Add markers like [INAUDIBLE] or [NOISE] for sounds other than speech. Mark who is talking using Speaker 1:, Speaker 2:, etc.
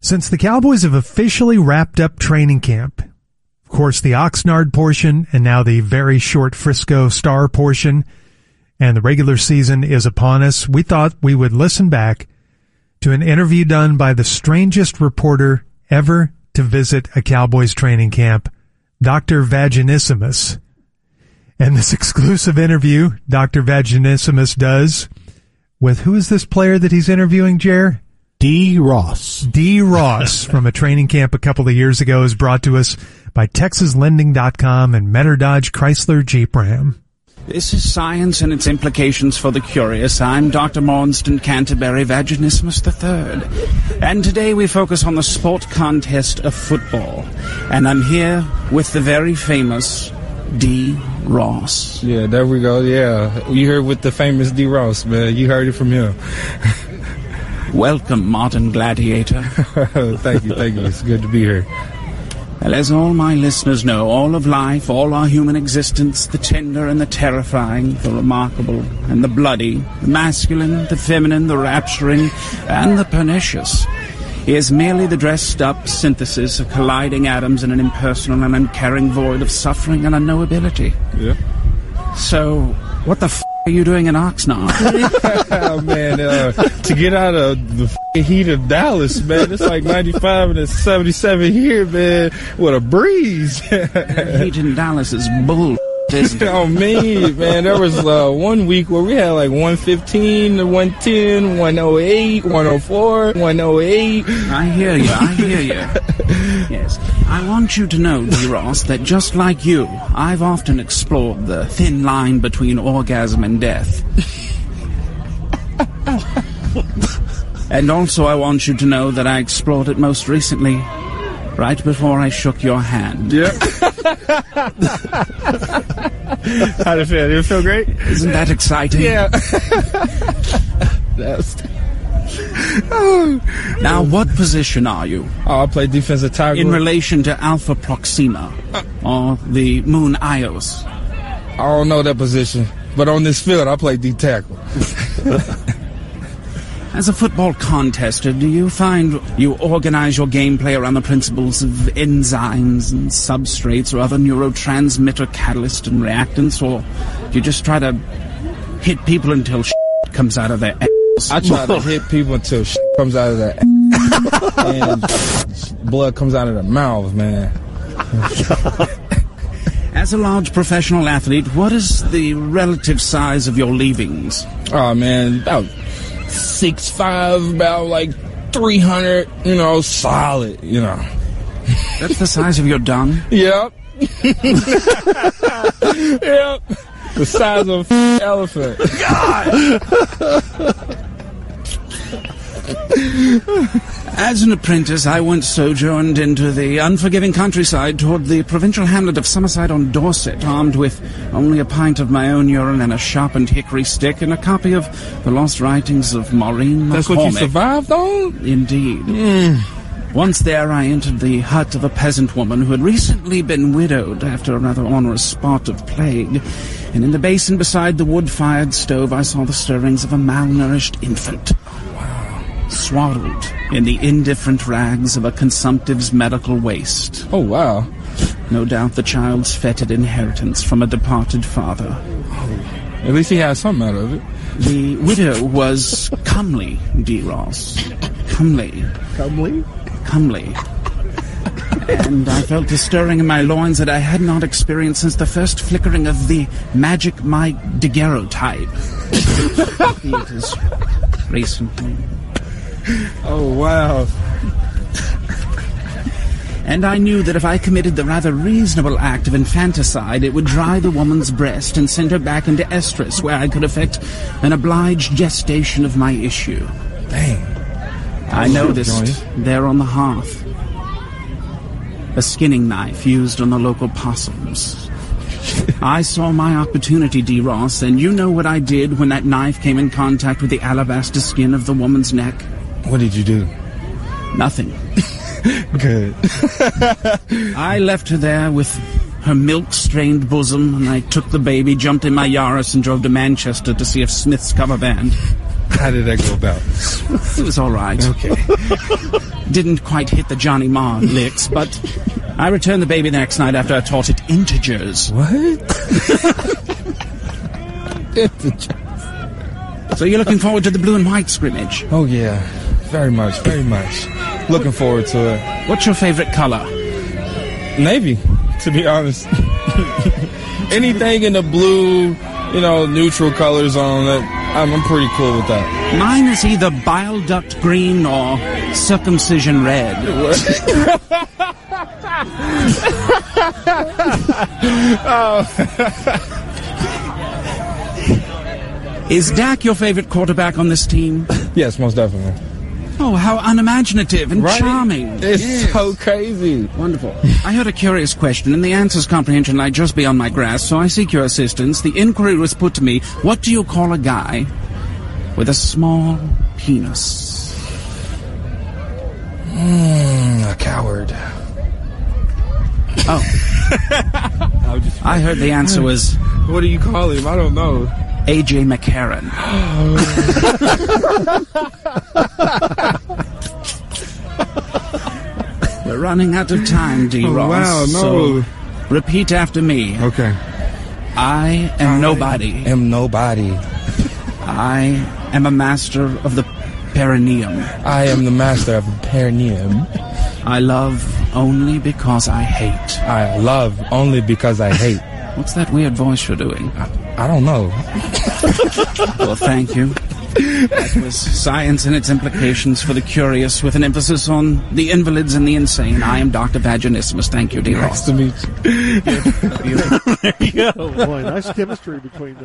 Speaker 1: Since the Cowboys have officially wrapped up training camp, of course, the Oxnard portion and now the very short Frisco Star portion and the regular season is upon us, we thought we would listen back to an interview done by the strangest reporter ever to visit a Cowboys training camp, Dr. Vaginissimus. And this [LAUGHS] exclusive interview Dr. Vaginissimus does with who is this player that he's interviewing, Jer?
Speaker 2: D. Ross.
Speaker 1: D. Ross from a training camp a couple of years ago is brought to us by TexasLending.com and Metter Dodge Chrysler Jeep Ram.
Speaker 3: This is science and its implications for the curious. I'm Dr. Mornston Canterbury Vaginismus III, and today we focus on the sport contest of football. And I'm here with the very famous D. Ross.
Speaker 4: Yeah, there we go. Yeah, you heard with the famous D. Ross, man. You heard it from him. [LAUGHS]
Speaker 3: Welcome, Martin Gladiator.
Speaker 4: thank you, thank you. It's good to be here.
Speaker 3: Well, as all my listeners know, all of life, all our human existence, the tender and the terrifying, the remarkable and the bloody, the masculine, the feminine, the rapturing, and the pernicious, is merely the dressed up synthesis of colliding atoms in an impersonal and uncaring void of suffering and unknowability.
Speaker 4: Yeah.
Speaker 3: So, what the f are you doing in Oxnard?
Speaker 4: Oh, man, uh, to get out of the f***ing heat of Dallas, man, it's like 95 and it's 77 here, man. What a breeze. [LAUGHS]
Speaker 3: Heat in Dallas is bull. [LAUGHS] Isn't it?
Speaker 4: oh, man, man, there was uh, one week where we had like 115, 110, 108, 104, 108.
Speaker 3: I hear you. I hear you. Yes. I want you to know, D. Ross, that just like you, I've often explored the thin line between orgasm and death. and also, I want you to know that I explored it most recently, right before I shook your hand.
Speaker 4: [LAUGHS] Yep. How'd it feel? Did it feel great?
Speaker 3: Isn't that exciting?
Speaker 4: Yeah. [LAUGHS] That's.
Speaker 3: Now, what position are you
Speaker 4: Oh, I play defensive tackle.
Speaker 3: in relation to Alpha Proxima or the Moon Ios?
Speaker 4: I don't know that position, but on this field, I play D tackle.
Speaker 3: As a football contester, do you find you organize your gameplay around the principles of enzymes and substrates or other neurotransmitter catalysts and reactants, or do you just try to hit people until [LAUGHS] shit comes out of their ass?
Speaker 4: I try [LAUGHS] to hit people until shit comes out of their ass [LAUGHS] and blood comes out of their mouth, man.
Speaker 3: As a large professional athlete, what is the relative size of your leavings?
Speaker 4: Oh man, about six five, about like three hundred, you know, solid, you know.
Speaker 3: That's the size of your dung?
Speaker 4: [LAUGHS] Yep. yep. The size of a f- elephant.
Speaker 3: As an apprentice, I once sojourned into the unforgiving countryside toward the provincial hamlet of Summerside on Dorset, armed with only a pint of my own urine and a sharpened hickory stick and a copy of the lost writings of Maureen
Speaker 4: That's what you
Speaker 3: McCormick.
Speaker 4: survived on?
Speaker 3: Indeed.
Speaker 4: Mm.
Speaker 3: Once there, I entered the hut of a peasant woman who had recently been widowed after a rather onerous spot of plague. And in the basin beside the wood fired stove, I saw the stirrings of a malnourished infant. Swaddled in the indifferent rags of a consumptive's medical waste.
Speaker 4: Oh wow.
Speaker 3: No doubt the child's fetid inheritance from a departed father.
Speaker 4: At least he had something out of it.
Speaker 3: The widow was comely, D. Ross. Comely.
Speaker 2: Comely?
Speaker 3: comely. And I felt a stirring in my loins that I had not experienced since the first flickering of the magic Mike daguerreotype. Theaters recently.
Speaker 4: Oh wow.
Speaker 3: And I knew that if I committed the rather reasonable act of infanticide, it would dry the woman's breast and send her back into estrus, where I could effect an obliged gestation of my issue.
Speaker 4: Dang.
Speaker 3: I noticed there on the hearth a skinning knife used on the local possums. I saw my opportunity, D. Ross, and you know what I did when that knife came in contact with the alabaster skin of the woman's neck?
Speaker 4: What did you do?
Speaker 3: Nothing.
Speaker 4: Good. [LAUGHS]
Speaker 3: I left her there with her milk strained bosom, and I took the baby, jumped in my Yaris, and drove to Manchester to see if Smith's cover band.
Speaker 4: How did that go about?
Speaker 3: It was all right.
Speaker 4: Okay.
Speaker 3: [LAUGHS] Didn't quite hit the Johnny Marr licks, but I returned the baby the next night after I taught it integers. So you're looking forward to the blue and white scrimmage.
Speaker 4: oh yeah, very much, very much. Looking forward to it.
Speaker 3: What's your favorite color?
Speaker 4: Navy, to be honest. [LAUGHS] Anything in the blue, you know, neutral colors on it, I'm, I'm pretty cool with that.
Speaker 3: Mine is either bile duct green or circumcision red. Is Dak your favorite quarterback on this team?
Speaker 4: Yes, most definitely.
Speaker 3: Oh, how unimaginative and
Speaker 4: Right?
Speaker 3: charming.
Speaker 4: It's so crazy.
Speaker 3: Wonderful. I heard a curious question, and the answer's comprehension lay just beyond my grasp, so I seek your assistance. The inquiry was put to me what do you call a guy with a small penis?
Speaker 4: A coward.
Speaker 3: Oh. I heard the answer
Speaker 4: Hmm.
Speaker 3: was
Speaker 4: What do you call him? I don't know.
Speaker 3: AJ
Speaker 4: [GASPS]
Speaker 3: McCarron. We're running out of time, D. Ross.
Speaker 4: Oh. wow, no.
Speaker 3: So repeat after me.
Speaker 4: Okay.
Speaker 3: I am nobody.
Speaker 4: Am nobody.
Speaker 3: I am a master of the perineum.
Speaker 4: I am the master of perineum.
Speaker 3: I love only because I hate.
Speaker 4: I love only because I hate.
Speaker 3: What's that weird voice you're doing?
Speaker 4: I don't know.
Speaker 3: Well, thank you. That was science and its implications for the curious, with an emphasis on the invalids and the insane. I am Dr. Vaginismus. Thank you, dear.
Speaker 4: Nice to meet you.
Speaker 5: Oh, boy, nice chemistry between them.